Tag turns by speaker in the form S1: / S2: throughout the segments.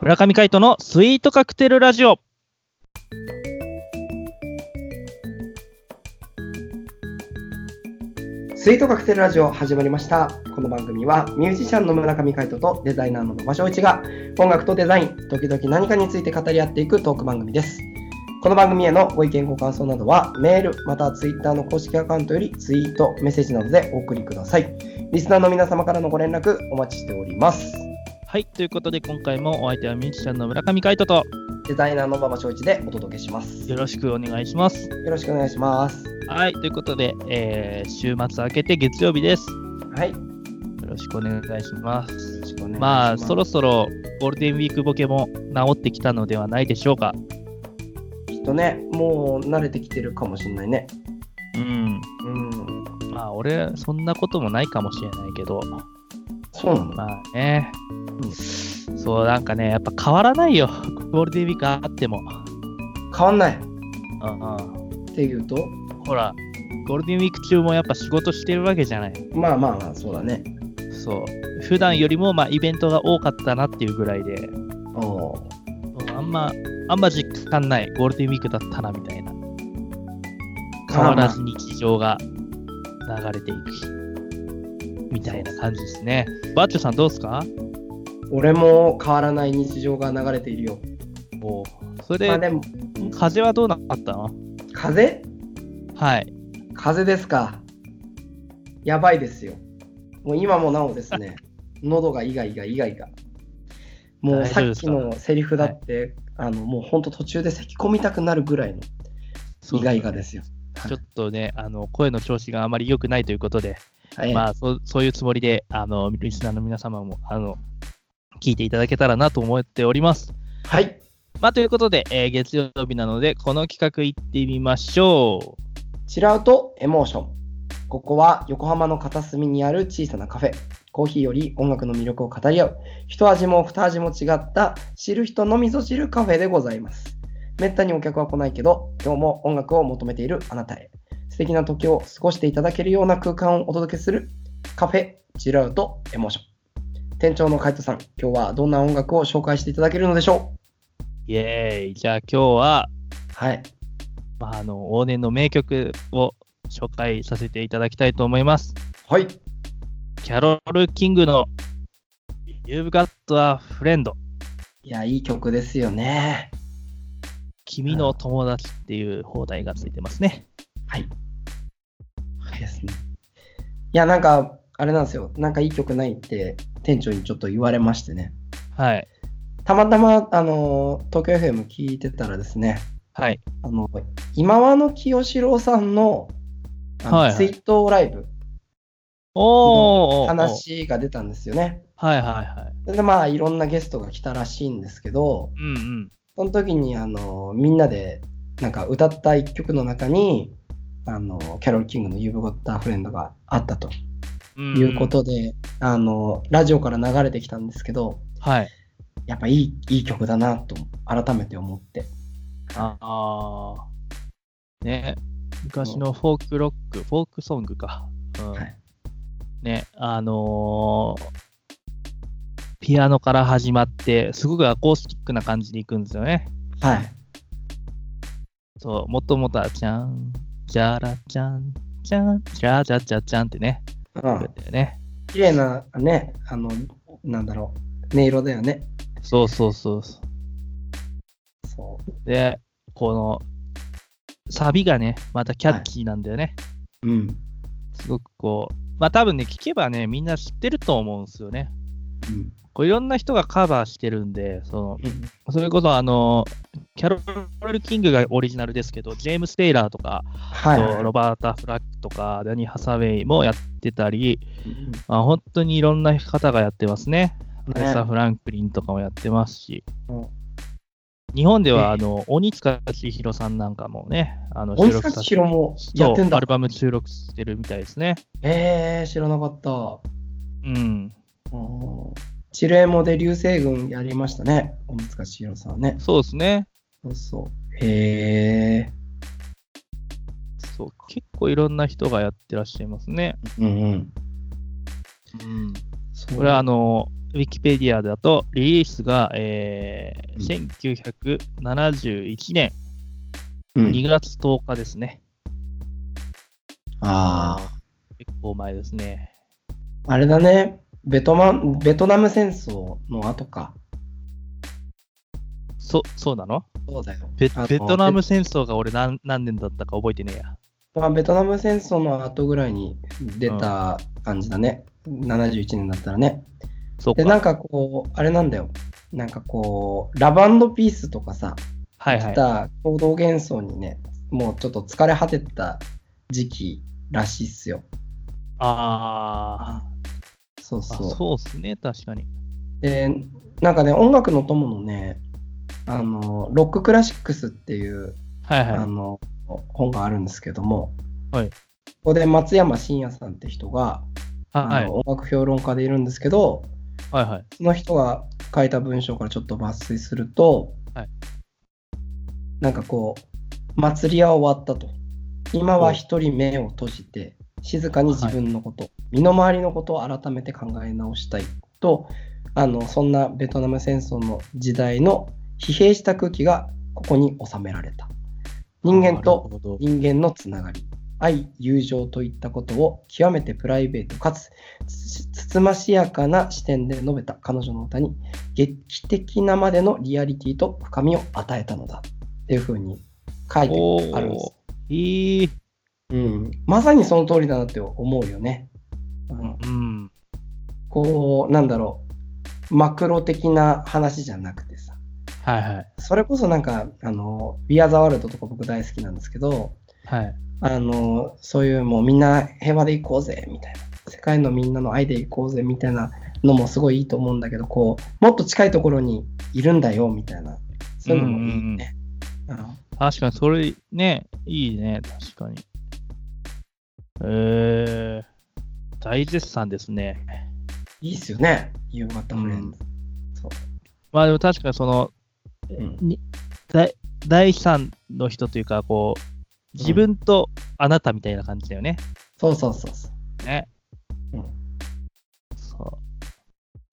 S1: 村上海人のスイートカクテルラジオ。
S2: スイートカクテルラジオ始まりました。この番組はミュージシャンの村上海人とデザイナーの馬場翔一が音楽とデザイン、時々何かについて語り合っていくトーク番組です。この番組へのご意見ご感想などはメールまたはツイッターの公式アカウントよりツイート、メッセージなどでお送りください。リスナーの皆様からのご連絡お待ちしております。
S1: はい、ということで今回もお相手はミュージシャンの村上海人と
S2: デザイナーの馬場翔一でお届けします。
S1: よ
S2: よ
S1: ろしくお願いします。
S2: ろしくお願いします。
S1: はい、ということで、えー週末明けて月曜日です。よ
S2: はい。よ
S1: ろしくお願いします。
S2: ろしくお願いします。
S1: まあ、そろそろゴールデンウィークボケも治ってきたのではないでしょうか。
S2: きっとね、もう慣れてきてるかもしれないね。
S1: うん。
S2: うん。
S1: まあ、俺、そんなこともないかもしれないけど、
S2: そうなの
S1: まあね。そう、なんかね、やっぱ変わらないよ。ゴールデンウィークあっても。
S2: 変わんない。
S1: うんうん。
S2: っていうと
S1: ほら、ゴールデンウィーク中もやっぱ仕事してるわけじゃない。
S2: まあまあまあそうだね
S1: そう普段よりもまあイベントが多かったなっていうぐらいで
S2: おー
S1: あんまあんま実感ないゴールデンウィークだったなみたいな変
S2: まあ
S1: わ
S2: ま
S1: ら
S2: あ
S1: ず日常が流れていくみたいな感じですねバッチョさんどうですか
S2: 俺も変わらない日常が流れているよ
S1: もうそ
S2: ま
S1: れ
S2: あ
S1: で
S2: でも
S1: 風はどうなったの
S2: 風
S1: はい
S2: 風ですかやばいですよもう今もなおですね 喉がイガイガイガイガもう
S1: 大
S2: さ
S1: 丈夫で
S2: っ
S1: す
S2: き
S1: か
S2: のセリフだって、あのもうほんと途中で咳込みたくなるぐらいのイガイガですよ
S1: ちょっとねあの声の調子があまり良くないということで、
S2: はい、
S1: まあそうそういうつもりであのリスナーの皆様もあの聞いていただけたらなと思っております
S2: はい
S1: まあ、ということで、えー月曜日なので、この企画行ってみましょう。
S2: チラウトエモーション。ここは横浜の片隅にある小さなカフェ。コーヒーより音楽の魅力を語り合う、一味も二味も違った知る人のみぞ知るカフェでございます。めったにお客は来ないけど、今日も音楽を求めているあなたへ。素敵な時を過ごしていただけるような空間をお届けするカフェチラウトエモーション。店長の海人さん、今日はどんな音楽を紹介していただけるのでしょ
S1: イエーイ。じゃあ今日は、
S2: うはい。
S1: まあ、あの往年の名曲を紹介させていただきたいと思います。
S2: はい。
S1: キャロル・キングの You've Got a Friend
S2: いや、いい曲ですよね。
S1: 君の友達っていう放題がついてますね。
S2: ですね。いや、なんか、あれなんですよ。なんかいい曲ないって、店長にちょっと言われましてね。
S1: はい。
S2: たまたま、あの、東京 FM 聞いてたらですね、
S1: はい。
S2: あの、今和の清志郎さんの、あの
S1: はいはい
S2: ツイートライブ、
S1: おー。
S2: 話が出たんですよね。
S1: はいはいはい。
S2: それで、まあ、いろんなゲストが来たらしいんですけど、
S1: うんうん。
S2: その時に、あの、みんなで、なんか歌った一曲の中に、あの、キャロル・キングの You've Got a Friend があったと
S1: うんうん
S2: いうこ。とで、あの、ラジオから流れてきたんですけど、
S1: はい。
S2: やっぱいいいい曲だなと改めて思って。
S1: ああー。ね。昔のフォークロック、フォークソングか。うん
S2: はい
S1: ね、あのーピアノから始まって、すごくアコースティックな感じにいくんですよね。
S2: はい。
S1: そう、もともとは、ちゃん、じゃらちゃん、ちゃん、ちゃじゃちゃちゃんってね、
S2: う
S1: だっ
S2: ん、
S1: たよね。
S2: 綺麗なね、あの、なんだろう、音色だよね。
S1: そうそうそうそ
S2: そう。
S1: う。で、この、サビがね、またキャッチーなんだよね。
S2: うん。
S1: すごくこう、まあ多分ね、聞けばね、みんな知ってると思うんですよね。
S2: うん。
S1: こういろんな人がカバーしてるんで、その、それこそあの、キャロル・キングがオリジナルですけど、ジェームス・テイラーとか、
S2: はい、
S1: あとロバータ・フラッグとか、ダニー・ハサウェイもやってたり、
S2: うん
S1: まあ、本当にいろんな方がやってますね。アレ
S2: ね
S1: サ・フランクリンとかもやってますし、
S2: うん
S1: 日本で
S2: ね
S1: はあの鬼塚千尋さんなんかもね、あの
S2: 大
S1: 収録
S2: 塚
S1: さ
S2: 千
S1: せ
S2: 尋もやって
S1: そ
S2: ん
S1: う
S2: だ
S1: アル。バム収録してるみたいですね。
S2: えー、知らなかった。
S1: うん、
S2: うんチルエモで流星群やりましたね。大塚千尋さんね。
S1: そうですね。
S2: そうそう。へえ。
S1: そう結構いろんな人がやってらっしゃいますね。
S2: うんうん。
S1: うん
S2: そ
S1: これはあの、ウィキペディアだと、リリースが、えー1971年
S2: うん。
S1: 2月10日ですね。
S2: ああ。
S1: 結構前ですね。
S2: あれだね。ベトマン、ベトナム戦争の後か。
S1: そ、そうなの
S2: そうだよ。
S1: ベ
S2: あの
S1: ベトナム戦争が俺何何年だったか覚えてねえや。
S2: まあ、ベトナム戦争の後ぐらいに出た感じだね。71年だったらね。
S1: そうか。
S2: で、なんかこう、あれなんだよ。なんかこう、ラバンドピースとかさ、
S1: はいは
S2: 来
S1: い。
S2: た行動幻想にね、もうちょっと疲れ果てた時期らしいっすよ。
S1: あ
S2: そう
S1: ーあ、
S2: そう。
S1: そうっすね、確かに。
S2: で、なんかね、音楽の友のね、あの、ロッククラシックスっていう、
S1: はい
S2: あ
S1: は
S2: の、本があるんですけども、
S1: はい
S2: ここで松山真也さんって人が、
S1: い。は
S2: あ
S1: い
S2: の音楽評論家でいるんですけど、
S1: はいはい。
S2: その人が書いた文章からちょっと抜粋すると、
S1: はい
S2: なんかこう、祭りは終わったと。今は一人目を閉じて、静かに自分のこと、身の回りのことを改めて考え直したいと、あのそんなベトナム戦争の時代の疲弊した空気がここに収められた。人間と
S1: なるほど
S2: 人間のつながり愛友情といったことを極めてプライベートかつつつつましやかな視点で述べた彼女の歌に劇的なまでのリアリティと深みを与えたのだっていうふうに書い
S1: お
S2: てあるんです
S1: ー、、いい。
S2: うん、まさにその通りだなって思うよね、うん、
S1: うん。
S2: こうなんだろうマクロ的な話じゃなくてさ
S1: はいはい。
S2: それこそなんかあの「We Are the World」とか僕大好きなんですけど
S1: はい。
S2: あの、そういうもうみんな平和で行こうぜみたいな、世界のみんなの愛で行こうぜみたいなのもすごいいいと思うんだけど、こう、もっと近いところにいるんだよみたいな、そういうのもいいね。うん
S1: 確かに、それね、いいね、確かに。えー、大絶賛ですね。
S2: いいっすよね、夕方フレンズ。
S1: まあでも確かにその、
S2: うん
S1: に第第三の人というか、こう、自分とあなたみたいな感じだよね。
S2: そうそうそうそう。
S1: ね。
S2: うん
S1: そう。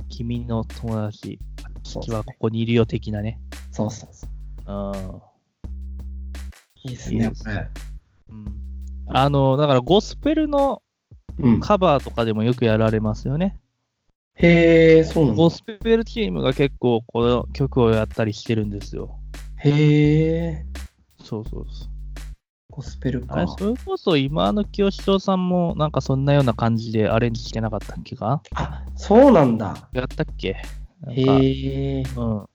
S1: 君の友達、
S2: そう
S1: 君はここにいるよ的なね。
S2: そうそうそう。
S1: うん。
S2: いいっすね、
S1: いい
S2: こ
S1: です
S2: れ。
S1: うんあの、だからゴスペルの
S2: うん、
S1: カバーとかでもよくやられますよね。
S2: へえ、そうなんだ
S1: ゴ。スペルチームが結構この曲をやったりしてるんですよ。
S2: へえ、
S1: そうそうそう。
S2: ゴスペルか。
S1: あれ、それこそ今の清志郎さんもなんかそんなような感じでアレンジしてなかったっけか
S2: あ、そうなんだ。
S1: やったっけなんか、
S2: へえ。
S1: うん。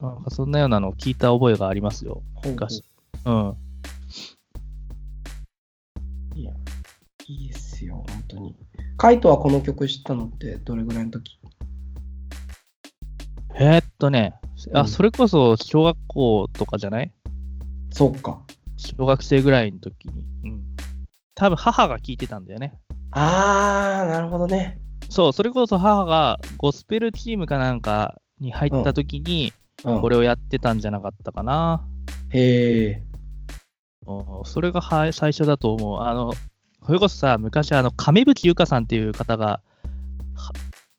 S1: なんかそんなようなのを聞いた覚えがありますよ。
S2: ほうほう
S1: 昔うん。
S2: いや、いいですよ、本当に。カイトはこの曲知ったのってどれぐらいの時
S1: えーっとね、
S2: う
S1: あ、
S2: ん
S1: それこそ小学校とかじゃない
S2: そうか。
S1: 小学生ぐらいの時に。うん。多分母が聞いてたんだよね。
S2: あー、なるほどね。
S1: そう、それこそ母がゴスペルチームかなんかに入った時に、
S2: うん、
S1: これをやってたんじゃなかったかな。
S2: へえ。
S1: うんそれがは最初だと思う。あの、それこそさ、昔、あの、亀渕ゆかさんっていう方が、は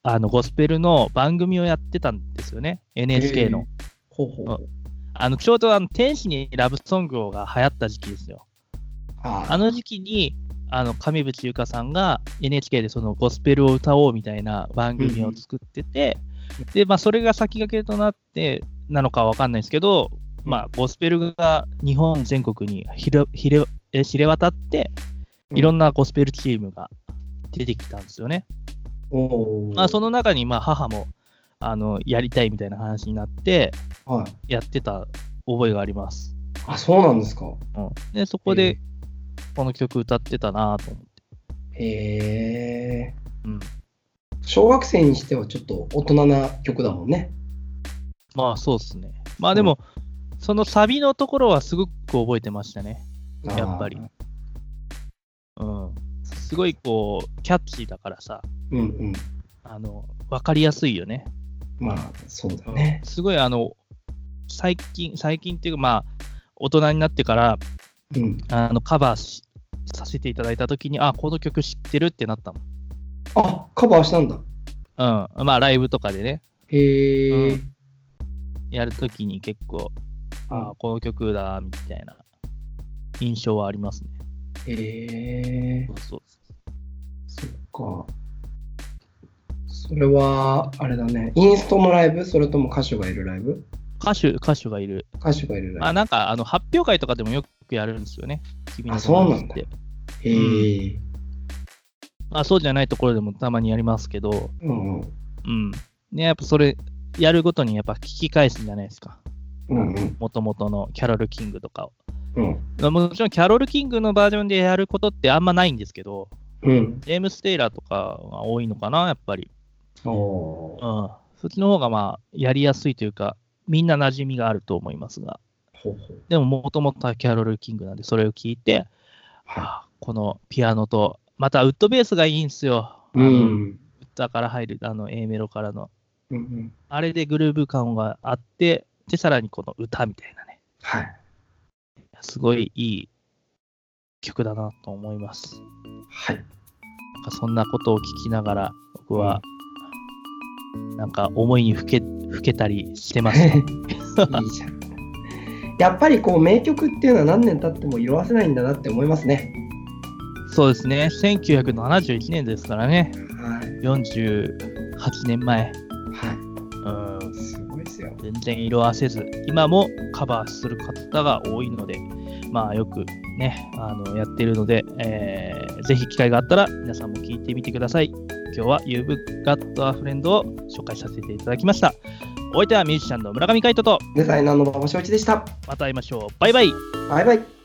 S1: あの、ゴスペルの番組をやってたんですよね。NHK の。
S2: ほうほうほう。
S1: あの、ちょうど、あの、天使にラブソングをが流行った時期ですよ。
S2: あー
S1: あの時期に、あの、亀渕ゆかさんが NHK でそのゴスペルを歌おうみたいな番組を作ってて、で、まあ、それが先駆けとなって、なのかはわかんないですけど、まあ、ゴスペルが日本全国にひれひれえ知れ渡って、
S2: うん
S1: いろんなゴスペルチームが出てきたんですよね。
S2: おー
S1: まあ、その中に、まあ、母も、あの、やりたいみたいな話になって、
S2: はい。
S1: やってた覚えがあります。
S2: あ、そうなんですか。
S1: うん、で、そこで、この曲歌ってたなと思って。
S2: へえ。
S1: うん
S2: 小学生にしてはちょっと大人な曲だもんね。
S1: まあそうですね。まあでも、そのサビのところはすごく覚えてましたね。
S2: あー
S1: やっぱりうん。すごいこう、キャッチーだからさ、
S2: うんうん。
S1: あの、わかりやすいよね。
S2: まあ、そうだね。
S1: すごいあの、最近、最近っていうかまあ、大人になってから、
S2: うん。
S1: あの、カバーしさせていただいたときに、あ、この曲知ってるってなったもん。
S2: あ、カバーしたんだ。
S1: うん。まあ、ライブとかでね、
S2: へえ、
S1: うんやるときに結構、ああ、この曲だ、みたいな印象はありますね。
S2: へえ
S1: そうそうそう
S2: そっか。それは、あれだね。インストのライブそれとも歌手がいるライブ
S1: 歌手、歌手がいる。
S2: 歌手がいる
S1: ま
S2: ラ
S1: あ、
S2: イ
S1: なんか、あの、発表会とかでもよくやるんですよね。君の
S2: あそうなんだ
S1: って。
S2: ブ。へえ。
S1: まあ、そうじゃないところでもたまにやりますけど、
S2: うんうん。
S1: うん。ね、やっぱそれ、やるごとにやっぱ聞き返すんじゃないですか。
S2: うんうん。
S1: もともとのキャロル・キングとかを。
S2: うん。
S1: まあもちろんキャロル・キングのバージョンでやることってあんまないんですけど、
S2: うん。
S1: ジェームス・テイラーとかが多いのかな、やっぱり。
S2: おお
S1: うん。
S2: ー。
S1: そっちの方がまあ、やりやすいというか、みんな馴染みがあると思いますが。
S2: ほうほう。
S1: でも、もともとはキャロル・キングなんで、それを聞いて、
S2: は
S1: あこのピアノと、またウッドベースがいいんですよ。あ
S2: い。う
S1: のウッ
S2: ん。
S1: ドから入る、あの、A メロからの。
S2: うんうん。
S1: あれでグルーヴ感があって、で、さらにこの歌みたいなね、
S2: はい。
S1: すごいいい曲だなと思います。
S2: はい。
S1: なんかそんなことを聞きながら、僕は、なんか思いにふけ、ふけたりして ました。
S2: いいじゃん。やっぱりこう名曲っていうのは何年経っても色褪せないんだなって思いますね。
S1: そうですね、1971年ですからね、
S2: はい。
S1: 48年前。
S2: は
S1: うん
S2: い。すごいですよ。
S1: 全然色褪せず、今もカバーする方が多いので、まあよくね、あのやってるので、えーぜひ機会があったら皆さんも聞いてみてください。今日は YouV ガットアフレンドを紹介させていただきました。お相手はミュージシャンの村上海人と、
S2: デザイナーの馬場正一でした。
S1: また会いましょう。バイバイ
S2: バイバイ。